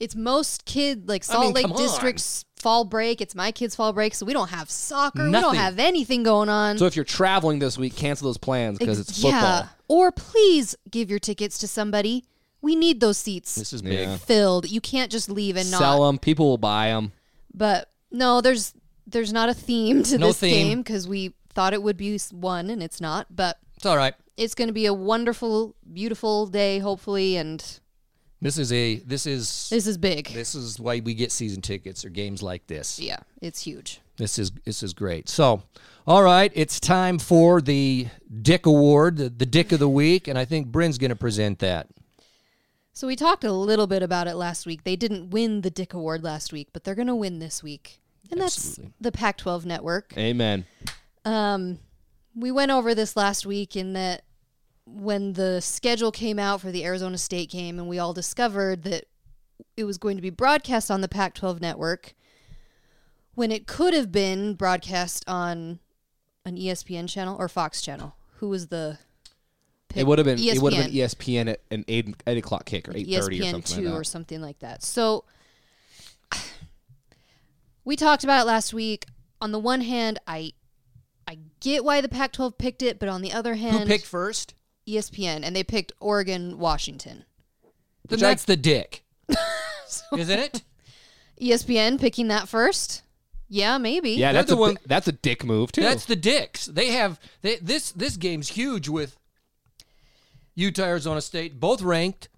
C: it's most kid like Salt
B: mean, come
C: Lake
B: on.
C: District's fall break. It's my kids' fall break, so we don't have soccer. We don't
B: Nothing.
C: have anything going on.
D: so if you're traveling this week, cancel those plans because it's football.
C: Yeah. Or please give your tickets to somebody. We need those seats
B: This is big.
D: Yeah.
C: filled. You can't just leave and not.
D: Sell them. People will buy them.
C: But no, there's there's not a theme to
B: No
C: this
B: theme.
C: game because we thought it would be s- one and it's not. But
B: It's all right.
C: it's going to be a wonderful, beautiful day, hopefully. And
B: This is a this is
C: this is big.
B: this is why we get season tickets or games like this.
C: yeah, it's huge.
B: This is this is great. So, all right, it's time for the Dick Award, the, the Dick of the Week, and I think Bryn's going to present that.
C: So we talked a little bit about it last week. They didn't win the Dick Award last week, but they're going to win this week. And that's the Pac 12 network.
D: Amen.
C: Um, we went over this last week in that when the schedule came out for the Arizona State game, and we all discovered that it was going to be broadcast on the Pac 12 network when it could have been broadcast on an E ESPN channel or Fox channel. Who was the. E
D: It would have been. It would have been E ESPN at an eight, eight o'clock kick or eight thirty or
C: ESPN
D: something.
C: two
D: like that.
C: or something like that. So we talked about it last week. On the one hand, I I get why the Pac-12 picked it, but on the other hand, E
B: Who picked first?
C: ESPN and they picked Oregon, Washington.
B: Then
D: I-
B: that's the dick, isn't it?
C: E ESPN picking that first? Yeah, maybe.
D: yeah, that's
B: the
D: a,
B: one-
D: That's a dick move too.
B: That's the dicks. They have they, this. This game's huge with Utah, Arizona State, both ranked.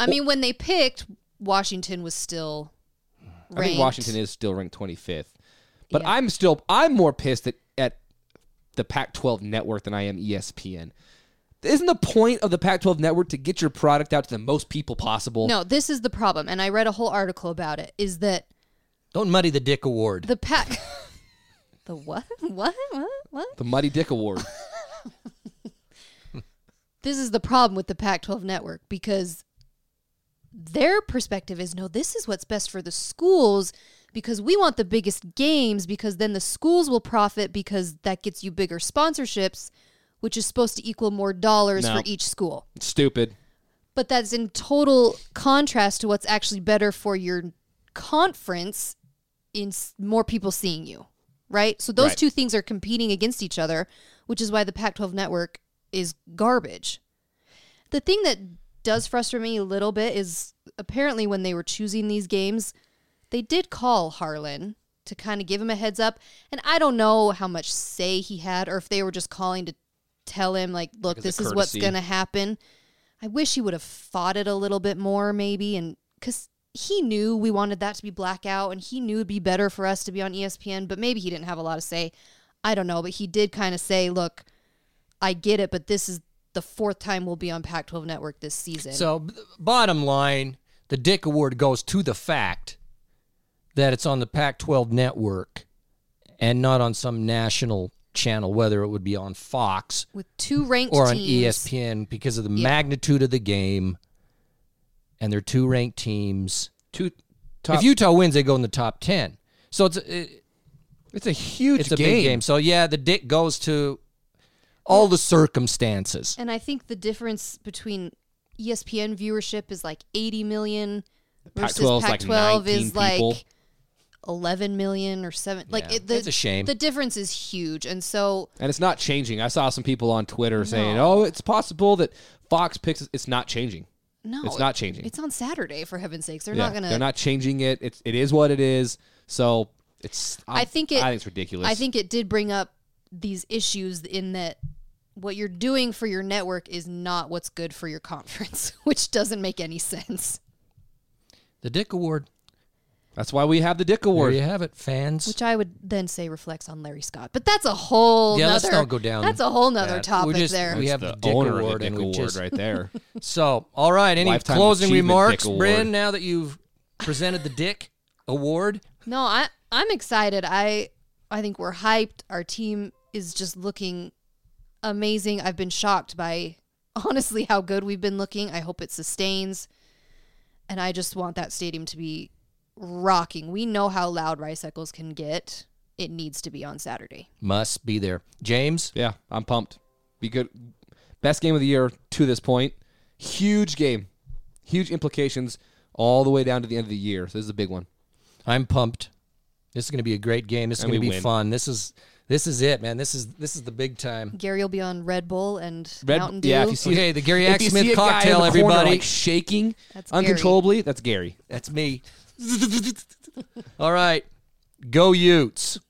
C: I mean, when they picked, Washington was still ranked.
D: I think Washington is still ranked 25th. But I'm still I'm more pissed at, at the Pac-12 network than I am E ESPN. Isn't the point of the Pac-12 network to get your product out to the most people possible?
C: No, this is the problem, and I read a whole article about it. Is that
B: Don't muddy the dick award.
C: the Pac? the what? What? What? What?
D: The Muddy Dick Award.
C: this is the problem with the Pac 12 network because their perspective is no, this is what's best for the schools because we want the biggest games because then the schools will profit because that gets you bigger sponsorships, which is supposed to equal more dollars
D: No.
C: for each school.
D: It's Stupid.
C: But that's in total contrast to what's actually better for your conference in s- more people seeing you, right? So those
D: Right.
C: two things are competing against each other, which is why the Pac 12 network is garbage. The thing that does frustrate me a little bit is apparently when they were choosing these games, they did call Harlan to kind of give him a heads up. And I don't know how much say he had or if they were just calling to tell him, like, look,
D: as a
C: this is what's
D: courtesy.
C: going to happen. I wish he would have fought it a little bit more, maybe. And because he knew we wanted that to be blackout and he knew it'd be better for us to be on E ESPN, but maybe he didn't have a lot of say. I don't know. But he did kind of say, look, I get it, but this is the fourth time we'll be on Pac 12 Network this season.
B: so, b- bottom line, the dick award goes to the fact that it's on the Pac-12 network and not on some national channel, whether it would be on Fox
C: with two ranked
B: or on E
C: teams.
B: ESPN, because of the magnitude of the game. And they're two ranked teams.
D: Two top,
B: If Utah wins, they go in the top ten. So it's it,
D: it's a huge
B: it's a
D: game.
B: big game. So yeah, the dick goes to all the circumstances.
C: And I think the difference between E ESPN viewership is like 80 million versus
D: Pac-12 's like
C: Pac 12 is
D: 19 people.
C: like 11 million or 7 like
B: Yeah.
C: it, the,
B: It's a shame.
C: the difference is huge and so
D: And it's not changing. I saw some people on Twitter saying,
C: No.
D: "Oh, it's possible that Fox picks." It's not changing.
C: no
D: It's not changing.
C: it's on saturday for heaven's sakes they're
D: Yeah,
C: not gonna
D: They're not changing it. It's it is what it is. So it's.
C: I think it.
D: I think it's ridiculous.
C: I think it did bring up these issues in that what you're doing for your network is not what's good for your conference, which doesn't make any sense.
B: The Dick Award.
D: that's why we have the Dick
B: There
D: Award.
B: you have it, fans.
C: Which I would then say reflects on Larry Scott, but that's a whole.
B: Yeah, let's
C: nother,
B: not go down
C: That's a whole nother
B: that. We're
C: topic
B: just-
C: there.
B: we
D: It's
B: have
D: the,
B: the Dick
D: owner of
B: Award
D: the Dick
B: and we
D: Award
B: just-
D: right there.
B: So, all right. Any
D: Lifetime
B: closing
D: Achievement
B: remarks,
D: Dick Award.
B: Bryn? Now that you've presented the Dick Award,
C: No, I I'm excited. I I think we're hyped. Our team is just looking amazing. I've been shocked by honestly how good we've been looking. I hope it sustains. And I just want that stadium to be rocking. We know how loud Rice Eccles can get. It needs to be on Saturday.
B: must be there. James,
D: Yeah, I'm pumped. Be good. Best game of the year to this point. Huge game. Huge implications all the way down to the end of the year. So this is a big one.
B: I'm pumped. This is going to be a great game. This is
D: And
B: going to
D: we
B: be
D: win.
B: fun. This is this is it, man. This is this is the big time.
C: Gary will be on Red Bull and
D: Red-
C: Mountain Dew.
D: Yeah, if you see
B: Okay, the Gary
D: if you
B: Axsmith
D: see a guy in
B: cocktail,
D: the corner,
B: everybody.
D: like, shaking
C: That's Gary.
D: uncontrollably. That's Gary.
B: That's me. all right, go Utes.